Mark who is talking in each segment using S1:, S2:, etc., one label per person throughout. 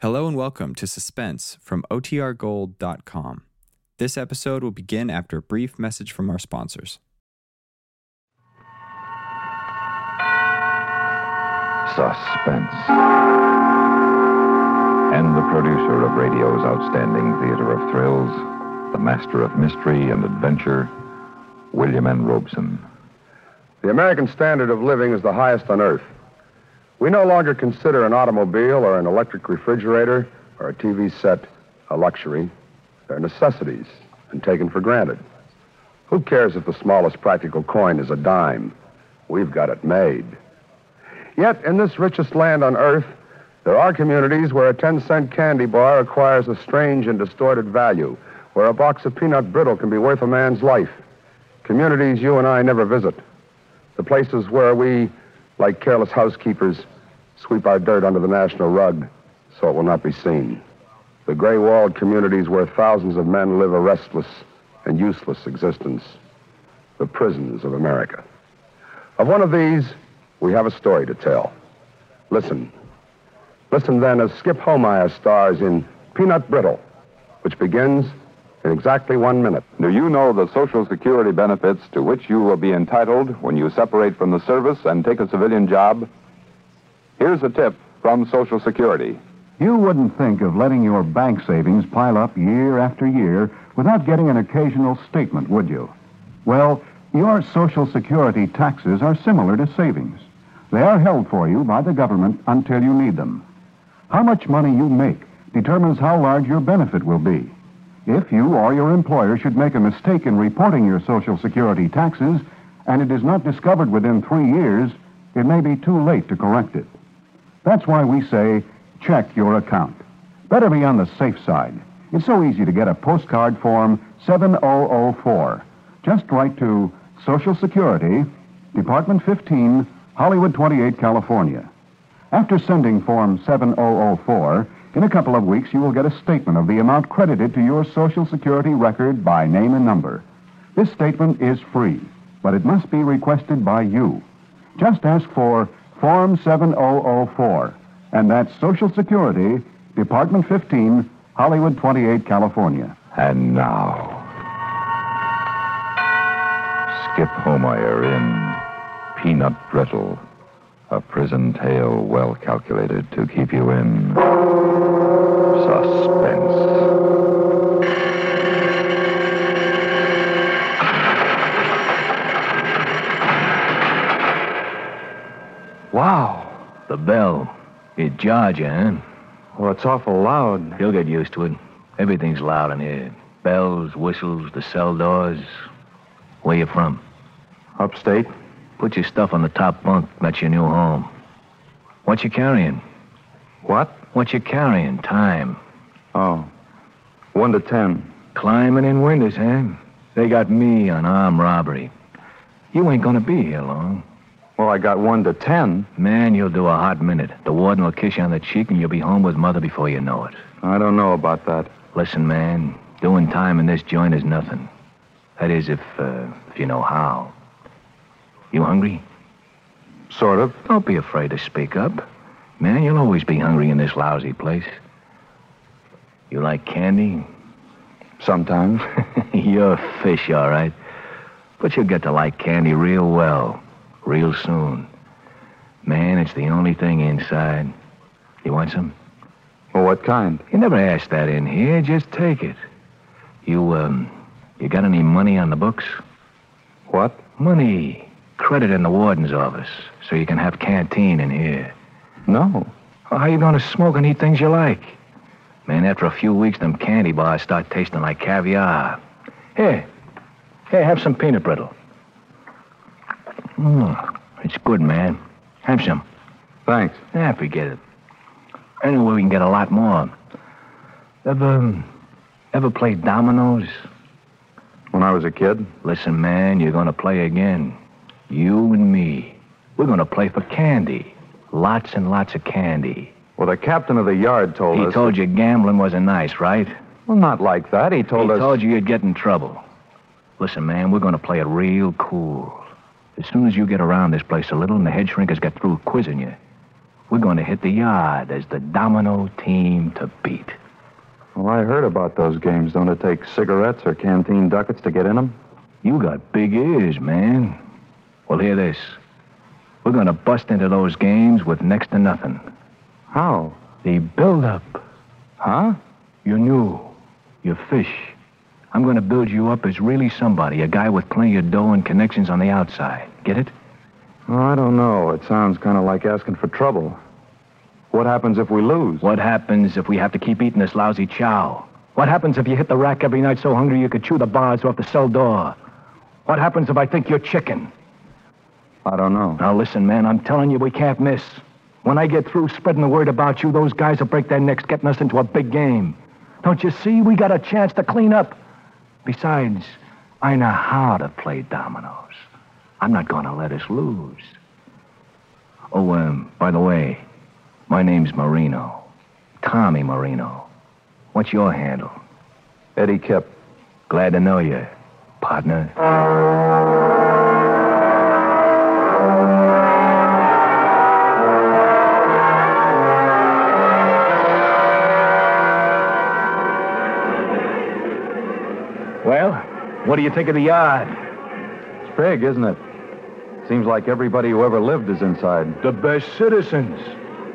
S1: Hello and welcome to Suspense from OTRGold.com. This episode will begin after a brief message from our sponsors.
S2: Suspense. And the producer of radio's outstanding theater of thrills, the master of mystery and adventure, William N. Robeson.
S3: The American standard of living is the highest on earth. We no longer consider an automobile or an electric refrigerator or a TV set a luxury. They're necessities and taken for granted. Who cares if the smallest practical coin is a dime? We've got it made. Yet, in this richest land on earth, there are communities where a 10 cent candy bar acquires a strange and distorted value, where a box of peanut brittle can be worth a man's life. Communities you and I never visit. The places where we, like careless housekeepers, sweep our dirt under the national rug so it will not be seen. The gray walled communities where thousands of men live a restless and useless existence. The prisons of America. Of one of these, we have a story to tell. Listen. Listen then as Skip Homeyer stars in Peanut Brittle, which begins in exactly one minute.
S2: Do you know the Social Security benefits to which you will be entitled when you separate from the service and take a civilian job? Here's a tip from Social Security.
S4: You wouldn't think of letting your bank savings pile up year after year without getting an occasional statement, would you? Well, your Social Security taxes are similar to savings. They are held for you by the government until you need them. How much money you make determines how large your benefit will be. If you or your employer should make a mistake in reporting your Social Security taxes and it is not discovered within three years, it may be too late to correct it. That's why we say check your account. Better be on the safe side. It's so easy to get a postcard form 7004. Just write to Social Security, Department 15, Hollywood 28, California. After sending form 7004, in a couple of weeks you will get a statement of the amount credited to your Social Security record by name and number. This statement is free, but it must be requested by you. Just ask for Form 7004, and that's Social Security, Department 15, Hollywood 28, California.
S2: And now, Skip Homeyer in Peanut Brittle, a prison tale well calculated to keep you in suspense.
S5: Wow.
S6: The bell. It Georgia, huh?
S5: Well, it's awful loud.
S6: You'll get used to it. Everything's loud in here. Bells, whistles, the cell doors. Where you from?
S5: Upstate.
S6: Put your stuff on the top bunk. That's your new home. What you carrying?
S5: What?
S6: What you carrying? Time.
S5: Oh. One to ten.
S6: Climbing in windows, huh? They got me on armed robbery. You ain't gonna be here long.
S5: Well, I got one to ten.
S6: Man, you'll do a hot minute. The warden will kiss you on the cheek and you'll be home with mother before you know it.
S5: I don't know about that.
S6: Listen, man, doing time in this joint is nothing. That is, if, uh, if you know how. You hungry?
S5: Sort of.
S6: Don't be afraid to speak up. Man, you'll always be hungry in this lousy place. You like candy?
S5: Sometimes.
S6: You're a fish, all right. But you'll get to like candy real well, real soon. Man, it's the only thing inside. You want some?
S5: well, what kind?
S6: You never asked that in here. Just take it. You, um, you got any money on the books?
S5: What?
S6: Money. Credit in the warden's office, so you can have canteen in here.
S5: No.
S6: Well, how you gonna smoke and eat things you like? Man, after a few weeks, them candy bars start tasting like caviar. Here. Here, have some peanut brittle. Mm, it's good, man. Have some.
S5: Thanks.
S6: Ah, forget it. Anyway, we can get a lot more. Ever, ever played dominoes?
S5: When I was a kid?
S6: Listen, man, you're gonna play again. You and me. We're gonna play for candy. Lots and lots of candy.
S5: Well, the captain of the yard told
S6: He
S5: us.
S6: told you gambling wasn't nice, right?
S5: Well, not like that. He told
S6: he
S5: us.
S6: told you you'd get in trouble. Listen, man, we're gonna play it real cool. As soon as you get around this place a little and the head shrinker's got through quizzing you, We're going to hit the yard as the domino team to beat.
S5: Well, I heard about those games. Don't it take cigarettes or canteen ducats to get in them?
S6: You got big ears, man. Well, hear this. We're going to bust into those games with next to nothing.
S5: How?
S6: The build-up.
S5: Huh?
S6: You're new. You're fish. I'm going to build you up as really somebody, a guy with plenty of dough and connections on the outside. Get it?
S5: Well, I don't know. It sounds kind of like asking for trouble. What happens if we lose?
S6: What happens if we have to keep eating this lousy chow? What happens if you hit the rack every night so hungry you could chew the bars off the cell door? What happens if I think you're chicken?
S5: I don't know.
S6: Now listen, man, I'm telling you we can't miss. When I get through spreading the word about you, those guys will break their necks getting us into a big game. Don't you see? We got a chance to clean up. Besides, I know how to play dominoes. I'm not going to let us lose. Oh, um, by the way, my name's Marino. Tommy Marino. What's your handle?
S5: Eddie Kip.
S6: Glad to know you, partner. Well, what do you think of the yard?
S5: It's big, isn't it? Seems like everybody who ever lived is inside.
S6: The best citizens.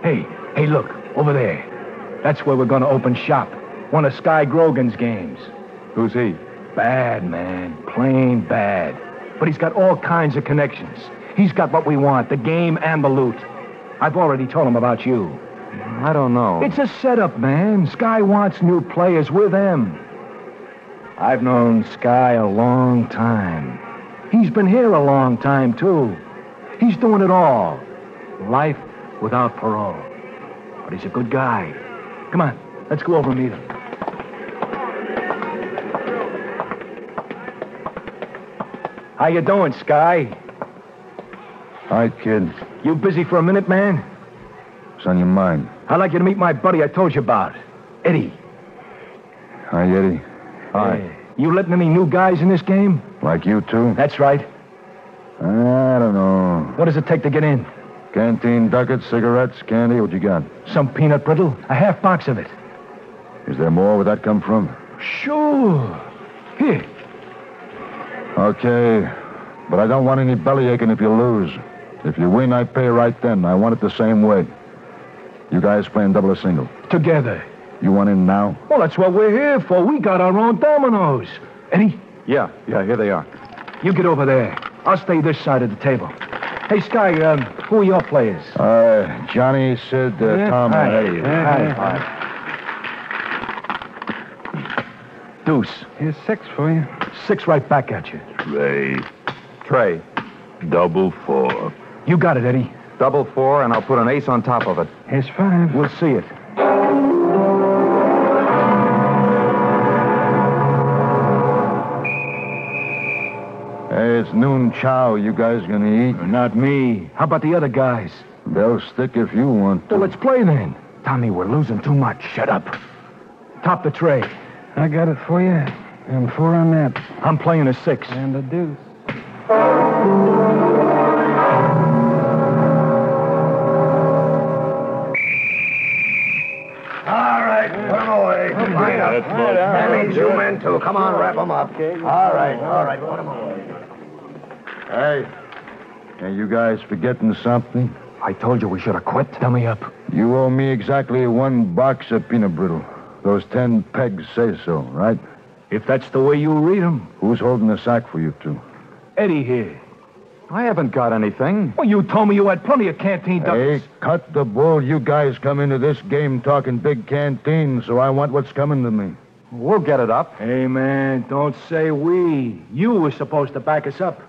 S6: Hey, hey, look, over there. That's where we're going to open shop. One of Sky Grogan's games.
S5: Who's he?
S6: Bad, man. Plain bad. But he's got all kinds of connections. He's got what we want the game and the loot. I've already told him about you.
S5: I don't
S6: Oh.
S5: know.
S6: It's a setup, man. Sky wants new players. We're them. I've known Sky a long time. He's been here a long time, too. He's doing it all. Life without parole. But he's a good guy. Come on, let's go over and meet him. How you doing, Sky?
S5: All right, kid.
S6: You busy for a minute, man?
S5: What's on your mind?
S6: I'd like you to meet my buddy I told you about, Eddie.
S5: Hi, Eddie. Hi.
S6: You letting any new guys in this game?
S5: Like you, too?
S6: That's right.
S5: I don't know.
S6: What does it take to get in?
S5: Canteen ducats, cigarettes, candy. What you got?
S6: Some peanut brittle? A half box of it.
S5: Is there more? Where'd that come from?
S6: Sure. Here.
S5: Okay. But I don't want any belly aching if you lose. If you win, I pay right then. I want it the same way. You guys playing double or single?
S6: Together.
S5: You want in now?
S6: Well, that's what we're here for. We got our own dominoes. Eddie,
S5: Yeah, yeah, here they are.
S6: you get over there. I'll stay this side of the table. Hey, Sky, um, who are your players?
S5: Uh, Johnny, Sid, uh, Tom, and Eddie.
S6: Deuce.
S7: Here's six for you.
S6: Six right back at you.
S8: They
S5: Trey,
S8: double four.
S6: You got it, Eddie.
S5: double four, and I'll put an ace on top of it.
S7: Here's five.
S6: We'll see it.
S5: Hey, it's noon chow. You guys gonna eat?
S6: Not me. How about the other guys?
S5: They'll stick if you want
S6: Well,
S5: to.
S6: let's play then. Tommy, we're losing too much. Shut up. Top the tray.
S7: I got it for you. And four on that.
S6: I'm playing a six.
S7: And a deuce.
S8: All right, put 'em away. Line up. That means you men too. Come on, wrap 'em up. All right, all right, put 'em away.
S5: Hey, are you guys forgetting something?
S6: I told you we should have quit. Dummy up.
S5: You owe me exactly one box of peanut brittle. Those ten pegs say so, right?
S6: If that's the way you read 'em.
S5: Who's holding the sack for you two?
S6: Eddie here.
S5: I haven't got anything.
S6: Well, you told me you had plenty of canteen
S5: Hey,
S6: ducats.
S5: cut the bull. You guys come into this game talking big canteen, so I want what's coming to me. We'll get it up.
S6: Hey, man, don't say we. You were supposed to back us up.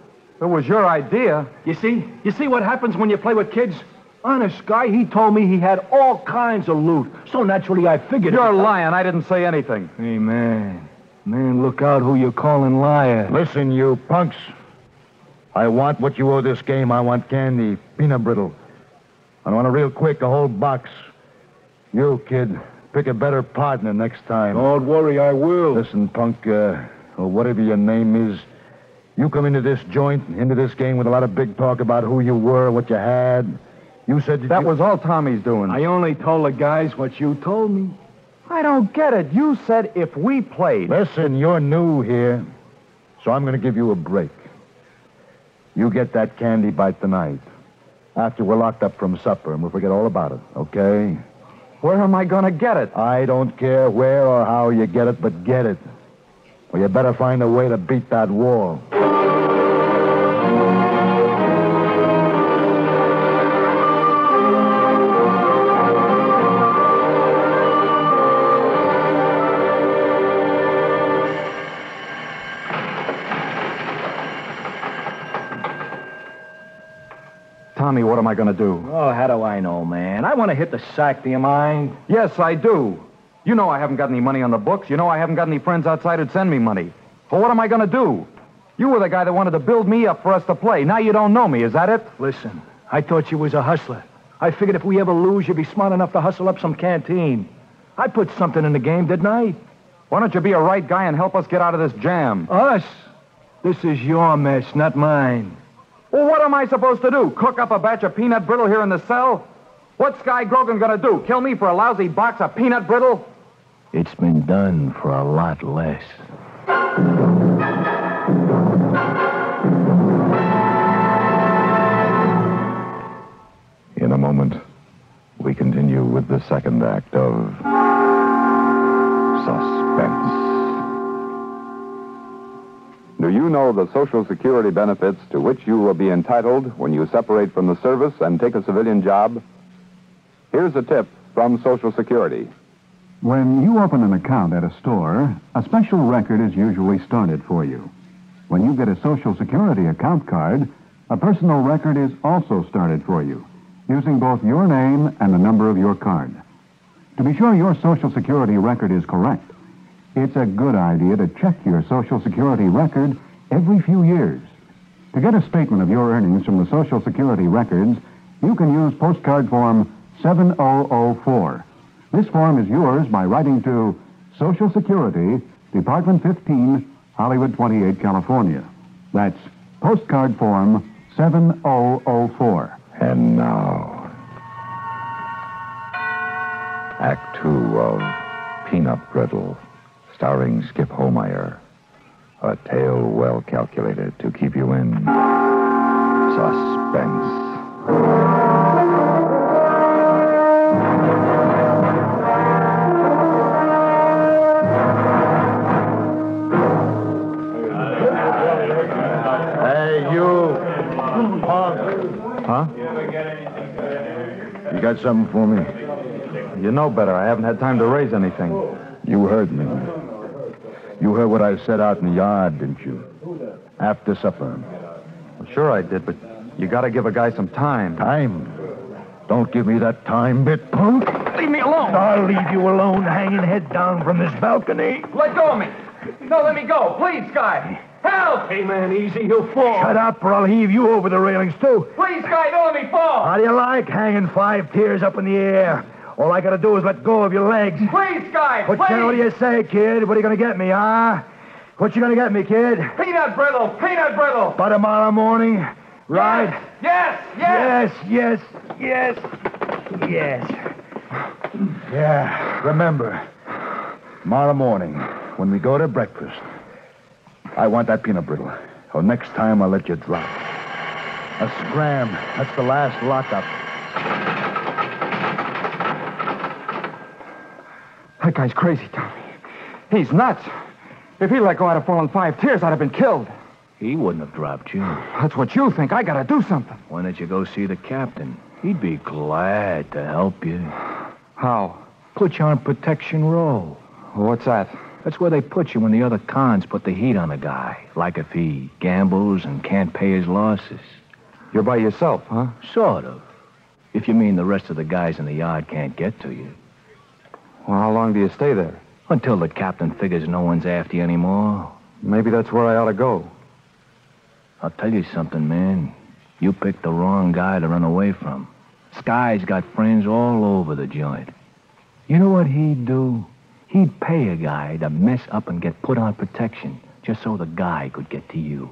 S5: It was your idea.
S6: You see? You see what happens when you play with kids? Honest, guy, he told me he had all kinds of loot. So naturally, I figured.
S5: You're lying. I didn't say anything.
S6: Hey, man. Man, look out who you're calling liar.
S5: Listen, you punks. I want what you owe this game. I want candy, peanut brittle. I want it real quick, a whole box. You, kid, pick a better partner next time.
S6: Don't worry, I will.
S5: Listen, punk, uh, or whatever your name is, you come into this joint, into this game with a lot of big talk about who you were, what you had. You said that,
S3: That
S5: you-
S3: was all Tommy's doing.
S6: I only told the guys what you told me.
S9: I don't get it. You said if we played.
S5: Listen, you're new here, so I'm going to give you a break. You get that candy bite tonight. After we're locked up from supper, and we'll forget all about it, okay?
S9: Where am I going to get it?
S5: I don't care where or how you get it, but get it. Well, you better find a way to beat that wall.
S6: Tommy, what am I going to do? Oh, how do I know, man? I want to hit the sack, do you mind?
S9: Yes, I do. You know I haven't got any money on the books. You know I haven't got any friends outside who'd send me money. Well, what am I going to do? You were the guy that wanted to build me up for us to play. Now you don't know me. Is that it?
S6: Listen, I thought you was a hustler. I figured if we ever lose, you'd be smart enough to hustle up some canteen. I put something in the game, didn't I?
S9: Why don't you be a right guy and help us get out of this jam?
S6: Us? This is your mess, not mine.
S9: Well, what am I supposed to do? Cook up a batch of peanut brittle here in the cell? What's Guy Grogan going to do? Kill me for a lousy box of peanut brittle?
S6: It's been done for a lot less.
S2: In a moment, we continue with the second act of Suspense.
S3: Do you know the Social Security benefits to which you will be entitled when you separate from the service and take a civilian job?
S2: Here's a tip from Social Security.
S4: When you open an account at a store, a special record is usually started for you. When you get a Social Security account card, a personal record is also started for you, using both your name and the number of your card. To be sure your Social Security record is correct, it's a good idea to check your Social Security record every few years. To get a statement of your earnings from the Social Security records, you can use postcard form 7004. This form is yours by writing to Social Security, Department 15, Hollywood 28, California. That's postcard form 7004.
S2: And now, Act Two of Peanut Brittle, starring Skip Homeyer. A tale well calculated to keep you in suspense.
S5: Hey, you! Punk! Huh? You got something for me?
S9: You know better. I haven't had time to raise anything.
S5: You heard me. You heard what I said out in the yard, didn't you? After supper.
S9: Sure I did, but you got to give a guy some time.
S5: Time. Don't give me that time bit, punk.
S6: Leave me alone! I'll leave you alone, hanging head down from this balcony.
S9: Let go of me. No, let me go. Please, Guy. Help!
S6: Hey, man, easy, he'll fall.
S5: Shut up, or I'll heave you over the railings, too.
S9: Please, Guy, don't let me fall.
S5: How do you like hanging five tiers up in the air? All I gotta do is let go of your legs.
S9: Please, Guy,
S5: What,
S9: please.
S5: what do you say, kid? What are you gonna get me, huh? What you gonna get me, kid?
S9: Peanut brittle, peanut brittle.
S5: By tomorrow morning? Right?
S9: Yes, yes.
S5: yes, yes, yes. yes. Yeah, remember, tomorrow morning, when we go to breakfast, I want that peanut brittle. Or next time I'll let you drop. A scram. That's the last lockup.
S9: That guy's crazy, Tommy. He's nuts. If he'd let go, I'd have fallen five tiers. I'd have been killed.
S6: He wouldn't have dropped you.
S9: That's what you think. I gotta do something.
S6: Why don't you go see the captain? He'd be glad to help you.
S9: How?
S6: Put you on protection roll.
S9: What's that?
S6: That's where they put you when the other cons put the heat on a guy, like if he gambles and can't pay his losses.
S9: You're by yourself, huh?
S6: Sort of. If you mean the rest of the guys in the yard can't get to you.
S9: Well, how long do you stay there?
S6: Until the captain figures no one's after you anymore.
S9: Maybe that's where I ought to go.
S6: I'll tell you something, man. You picked the wrong guy to run away from. Sky's got friends all over the joint. You know what he'd do? He'd pay a guy to mess up and get put on protection just so the guy could get to you.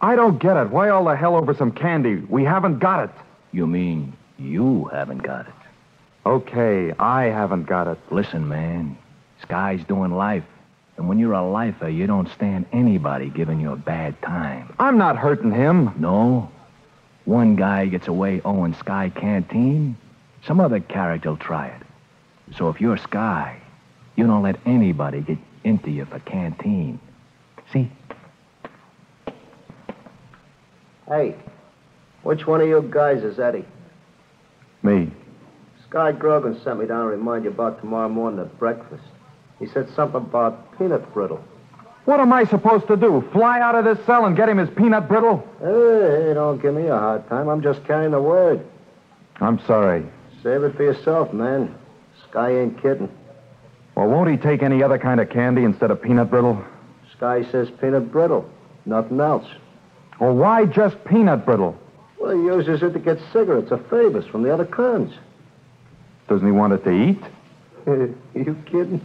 S9: I don't get it. Why all the hell over some candy? We haven't got it.
S6: You mean You haven't got it.
S9: Okay, I haven't got it.
S6: Listen, man, Sky's doing life. And when you're a lifer, you don't stand anybody giving you a bad time.
S9: I'm not hurting him.
S6: No? One guy gets away owing Sky Canteen, some other character'll try it. So if you're Sky, you don't let anybody get into you for Canteen. See?
S8: Hey, which one of you guys is Eddie?
S9: Me.
S8: Sky Grogan sent me down to remind you about tomorrow morning at breakfast. He said something about peanut brittle.
S9: What am I supposed to do? Fly out of this cell and get him his peanut brittle?
S8: Hey, hey, don't give me a hard time. I'm just carrying the word.
S9: I'm sorry.
S8: Save it for yourself, man. Sky ain't kidding.
S9: Well, won't he take any other kind of candy instead of peanut brittle?
S8: Sky says peanut brittle, nothing else.
S9: Well, why just peanut brittle?
S8: Well, he uses it to get cigarettes or favors from the other cons.
S9: Doesn't he want it to eat?
S8: you kidding?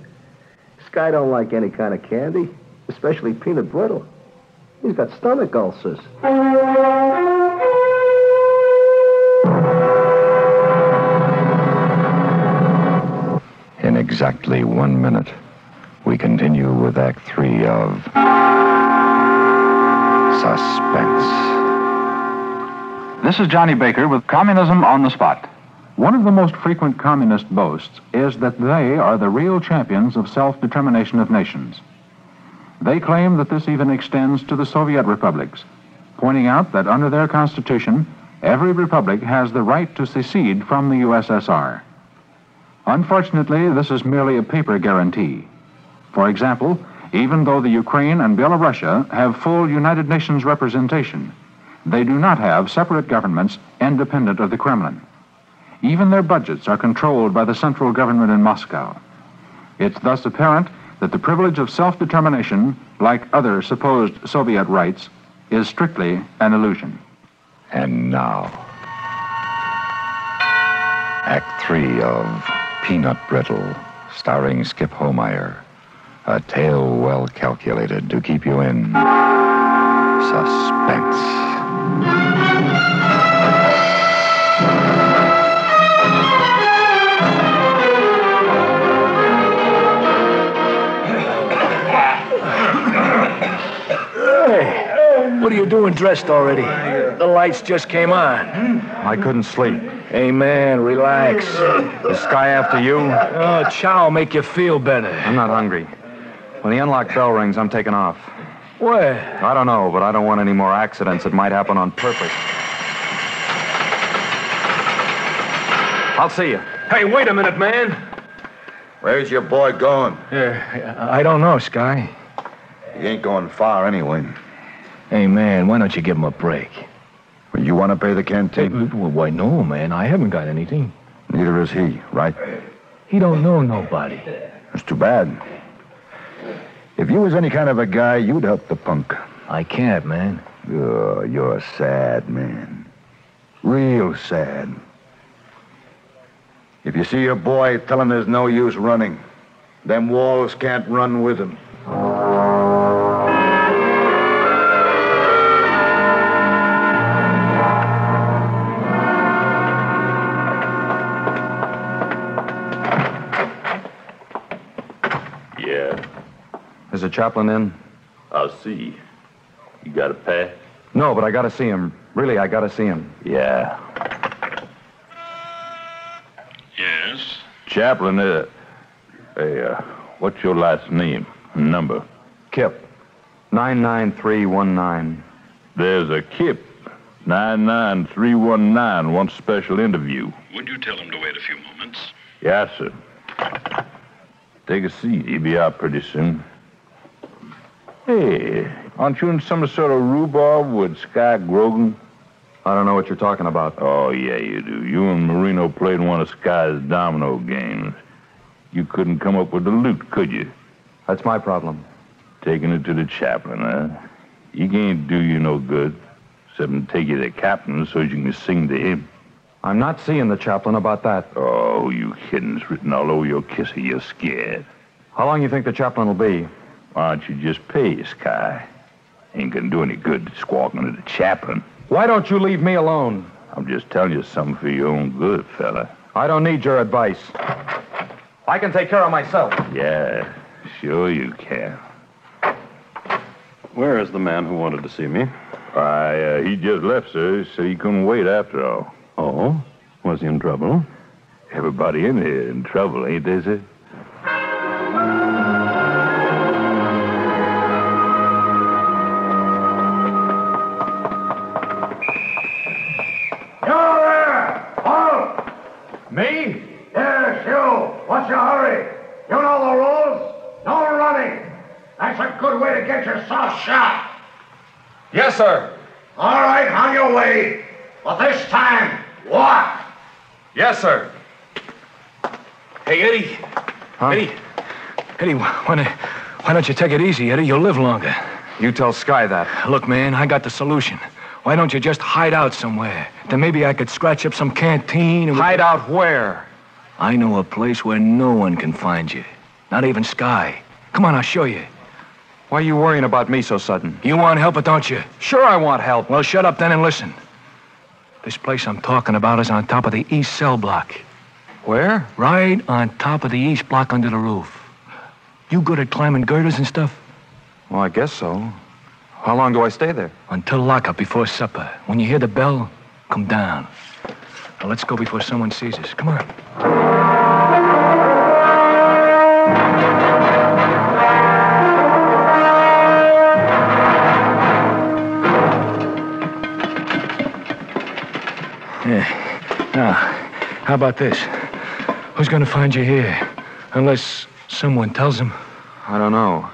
S8: Sky don't like any kind of candy, especially peanut brittle. He's got stomach ulcers.
S10: In exactly one minute, we continue with Act Three of Suspense.
S11: This is Johnny Baker with Communism on the Spot.
S12: One of the most frequent communist boasts is that they are the real champions of self determination of nations. They claim that this even extends to the Soviet republics, pointing out that under their constitution, every republic has the right to secede from the USSR. Unfortunately, this is merely a paper guarantee. For example, even though the Ukraine and Belarusia have full United Nations representation, they do not have separate governments independent of the Kremlin. Even their budgets are controlled by the central government in Moscow. It's thus apparent that the privilege of self determination, like other supposed Soviet rights, is strictly an illusion.
S10: And now, Act Three of Peanut Brittle, starring Skip Homeyer. A tale well calculated to keep you in suspense.
S6: Hey, what are you doing dressed already? The lights just came on.
S9: I couldn't sleep.
S6: Hey, man, relax.
S9: Is Sky after you?
S6: Oh, chow will make you feel better.
S9: I'm not hungry. When the unlock bell rings, I'm taking off.
S6: Where?
S9: I don't know, but I don't want any more accidents that might happen on purpose. I'll see you.
S13: Hey, wait a minute, man.
S5: Where's your boy going?
S6: I don't know, Sky.
S5: He ain't going far anyway.
S6: Hey, man, why don't you give him a break?
S5: You want to pay the canteen?
S6: Well, why, no, man. I haven't got anything.
S5: Neither is he, right?
S6: He don't know nobody.
S5: It's too bad. If you was any kind of a guy, you'd help the punk.
S6: I can't, man.
S5: Oh, you're a sad man. Real sad. If you see your boy, tell him there's no use running. Them walls can't run with him.
S13: Yeah,
S9: Is the chaplain in?
S13: I'll see. You got a pack?
S9: No, but I gotta see him. Really, I gotta see him.
S13: Yeah.
S14: Yes.
S13: Chaplain, uh, hey, uh, what's your last name? Number?
S9: Kip. 99319.
S13: There's a Kip. 99319 wants special interview.
S14: Would you tell him to wait a few moments?
S13: Yes, sir. Take a seat. He'll be out pretty soon. Hey, aren't you in some sort of rhubarb with Sky Grogan?
S9: I don't know what you're talking about.
S13: Oh, yeah, you do. You and Marino played one of Sky's domino games. You couldn't come up with the loot, could you?
S9: That's my problem.
S13: Taking it to the chaplain, huh? He can't do you no good, except to take you to the captain so you can sing to him.
S9: I'm not seeing the chaplain about that.
S13: Oh, you kidding. It's written all over your kisser. You're scared.
S9: How long you think the chaplain will be?
S13: Why don't you just pay Sky? Ain't gonna do any good squawking to the chaplain.
S9: Why don't you leave me alone?
S13: I'm just telling you something for your own good, fella.
S9: I don't need your advice. I can take care of myself.
S13: Yeah, sure you can.
S15: Where is the man who wanted to see me?
S13: Why, uh, he just left, sir. Said he couldn't wait after all.
S15: Oh? Was he in trouble?
S13: Everybody in here in trouble, ain't they, sir?
S16: You there! Halt! Me? Yes, you. What's your hurry? You know the rules. No running. That's a good way to get yourself shot.
S9: Yes, sir.
S16: All right, on your way. But this time, walk.
S9: Yes, sir.
S6: Hey, Eddie. Eddie. Eddie, wh- why, don't- why don't you take it easy, Eddie? You'll live longer.
S9: You tell Sky that.
S6: Look, man, I got the solution. Why don't you just hide out somewhere? Then maybe I could scratch up some canteen and.
S9: Hide out where?
S6: I know a place where no one can find you. Not even Sky. Come on, I'll show you.
S9: Why are you worrying about me so sudden?
S6: You want help, don't you?
S9: Sure, I want help.
S6: Well, shut up then and listen. This place I'm talking about is on top of the east cell block.
S9: Where?
S6: Right on top of the east block under the roof. You good at climbing girders and stuff?
S9: Well, I guess so. How long do I stay there?
S6: Until lockup before supper. When you hear the bell, come down. Now let's go before someone sees us. Come on. Yeah. Now, how about this? Who's gonna find you here? Unless someone tells them.
S9: I don't know.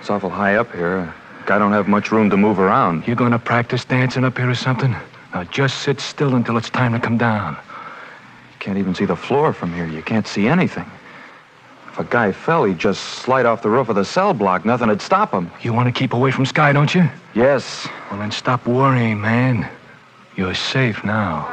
S9: It's awful high up here. I don't have much room to move around.
S6: You gonna practice dancing up here or something? Now just sit still until it's time to come down.
S9: Can't even see the floor from here. You can't see anything. If a guy fell, he'd just slide off the roof of the cell block. Nothing would stop him.
S6: You wanna keep away from Sky, don't you?
S9: Yes.
S6: Well, then stop worrying, man. You're safe now.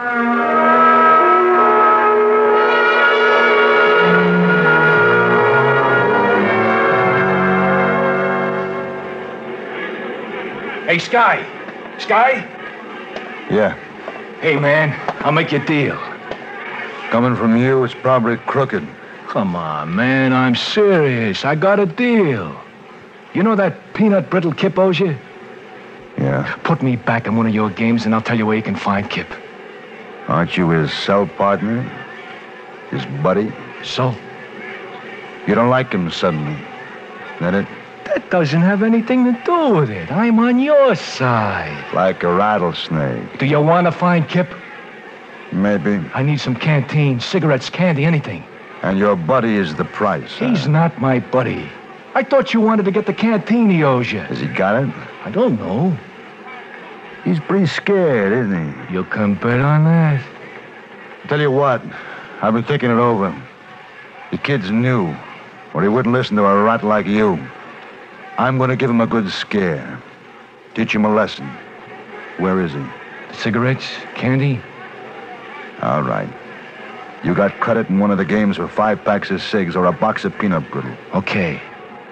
S6: Hey, Sky. Sky?
S5: Yeah.
S6: Hey, man, I'll make you a deal.
S5: Coming from you, it's probably crooked.
S6: Come on, man, I'm serious. I got a deal. You know that peanut brittle Kip owes you?
S5: Yeah.
S6: Put me back in one of your games, and I'll tell you where you can find Kip.
S5: Aren't you his cell partner? His buddy?
S6: So?
S5: You don't like him suddenly. That it?
S6: That doesn't have anything to do with it. I'm on your side.
S5: Like a rattlesnake.
S6: Do you want to find Kip?
S5: Maybe.
S6: I need some canteen, cigarettes, candy, anything.
S5: And your buddy is the price. huh?
S6: He's not my buddy. I thought you wanted to get the canteen he owes you.
S5: Has he got it?
S6: I don't know.
S5: He's pretty scared, isn't he?
S6: You can bet on that.
S5: Tell you what, I've been thinking it over. The kid's new, or he wouldn't listen to a rat like you. I'm going to give him a good scare. Teach him a lesson. Where is he?
S6: Cigarettes, candy.
S5: All right. You got credit in one of the games for five packs of cigs or a box of peanut brittle.
S6: Okay.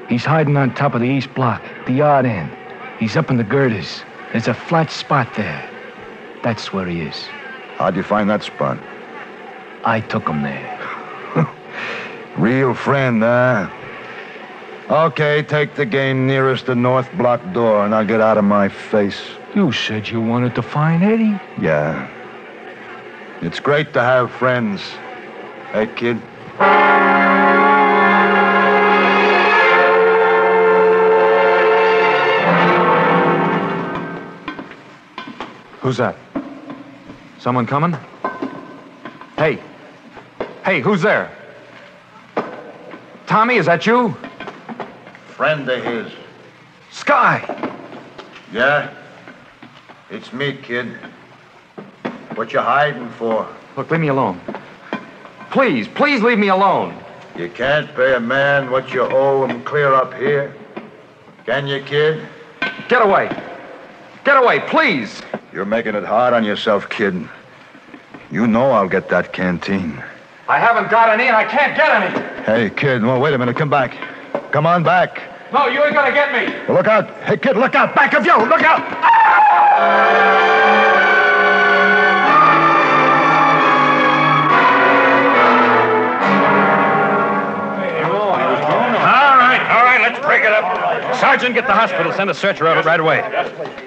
S6: He's hiding on top of the east block, the yard end. He's up in the girders. There's a flat spot there. That's where he is.
S5: How'd you find that spot?
S6: I took him there.
S5: Real friend, huh? Okay, take the game nearest the north block door, and I'll get out of my face.
S6: You said you wanted to find Eddie.
S5: Yeah. It's great to have friends. Hey, kid.
S9: Who's that? Someone coming? Hey. Hey, who's there? Tommy, is that you?
S5: Friend of his.
S9: Sky!
S5: Yeah? It's me, kid. What you hiding for?
S9: Look, leave me alone. Please, please leave me alone.
S5: You can't pay a man what you owe him clear up here. Can you, kid?
S9: Get away. Get away, please.
S5: You're making it hard on yourself, kid. You know I'll get that canteen.
S9: I haven't got any and I can't get any.
S5: Hey, kid, well, wait a minute. Come back. Come on back.
S9: No, you ain't gonna get me.
S5: Look out. Hey, kid, look out. Back of you. Look out.
S17: Let's break it up.
S18: Sergeant, get the hospital. Send a searcher over right away.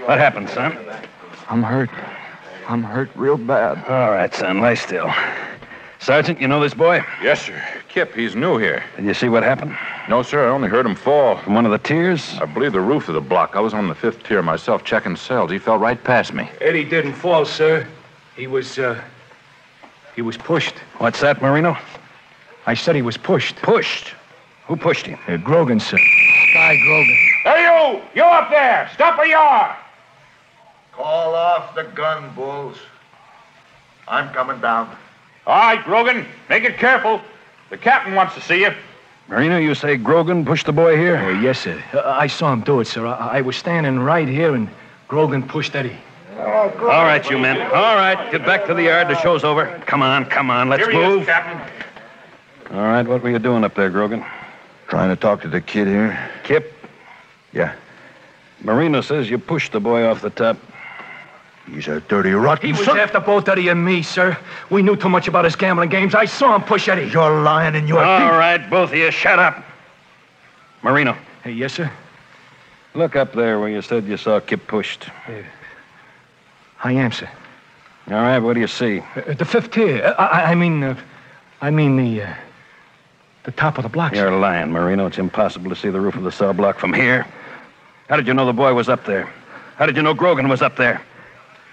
S17: What happened, son?
S18: I'm hurt. I'm hurt real bad.
S17: All right, son, lay still. Sergeant, you know this boy?
S13: Yes, sir. Kip, he's new here.
S17: Did you see what happened?
S13: No, sir. I only heard him fall.
S17: From one of the tiers?
S13: I believe the roof of the block. I was on the fifth tier myself, checking cells. He fell right past me.
S6: Eddie didn't fall, sir. He was, uh, he was pushed.
S17: What's that, Marino?
S6: I said he was pushed.
S17: Pushed? Who pushed him?
S6: Uh, Grogan, sir. Sky Grogan.
S9: Hey, you! You up there! Stop where you are!
S19: Call off the gun, Bulls. I'm coming down.
S9: All right, Grogan. Make it careful. The captain wants to see you.
S17: Marino, you say Grogan pushed the boy here?
S6: Uh, yes, sir. Uh, I saw him do it, sir. I, I was standing right here, and Grogan pushed Eddie.
S17: All right, you men. All right, get back to the yard. The show's over. Come on, come on. Let's
S9: Here he
S17: move.
S9: is, Captain.
S17: All right, what were you doing up there, Grogan?
S5: Trying to talk to the kid here.
S17: Kip?
S5: Yeah.
S17: Marino says you pushed the boy off the top.
S5: He's a dirty rotten
S6: He was
S5: son.
S6: after both Eddie and me, sir. We knew too much about his gambling games. I saw him push Eddie.
S5: You're lying and
S17: All right, both of you, shut up. Marino,
S6: Hey, yes, sir.
S17: look up there where you said you saw Kip pushed.
S6: I am, sir.
S17: All right, what do you see?
S6: Uh, the fifth tier. Uh, I, I mean, uh, I mean the uh, the top of the block. sir.
S17: You're lying, Marino. It's impossible to see the roof of the cell block from here. How did you know the boy was up there? How did you know Grogan was up there?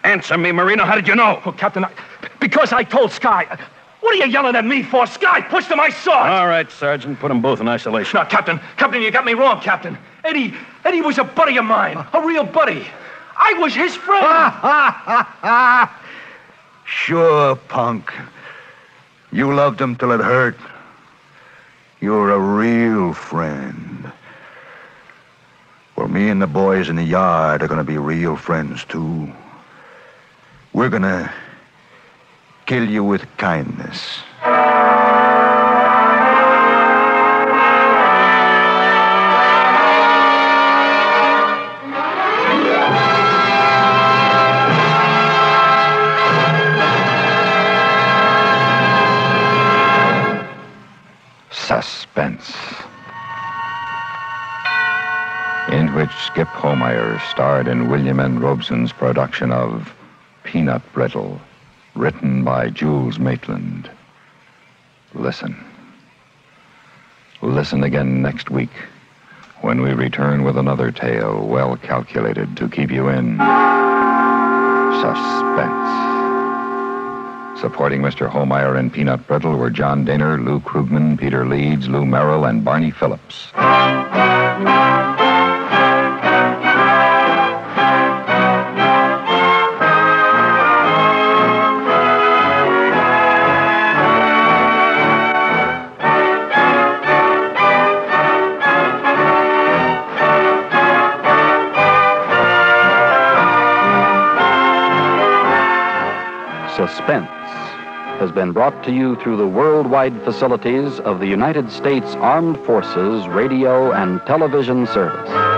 S17: Answer me, Marino. How did you know?
S6: Oh, Captain, I, because I told Sky. What are you yelling at me for? Sky pushed him. I saw it.
S17: All right, Sergeant. Put them both in isolation.
S6: No, Captain. Captain, you got me wrong, Captain. Eddie, Eddie was a buddy of mine, a real buddy. I was his friend.
S5: Sure, punk. You loved him till it hurt. You're a real friend. Well, me and the boys in the yard are gonna be real friends, too. We're gonna kill you with kindness.
S10: Suspense. In which Skip Homeyer starred in William N. Robeson's production of Peanut Brittle, written by Jules Maitland. Listen. Listen again next week when we return with another tale well calculated to keep you in suspense. Supporting Mr. Homeyer and Peanut Brittle were John Daner, Lou Krugman, Peter Leeds, Lou Merrill, and Barney Phillips.
S12: Suspense has been brought to you through the worldwide facilities of the United States Armed Forces Radio and Television Service.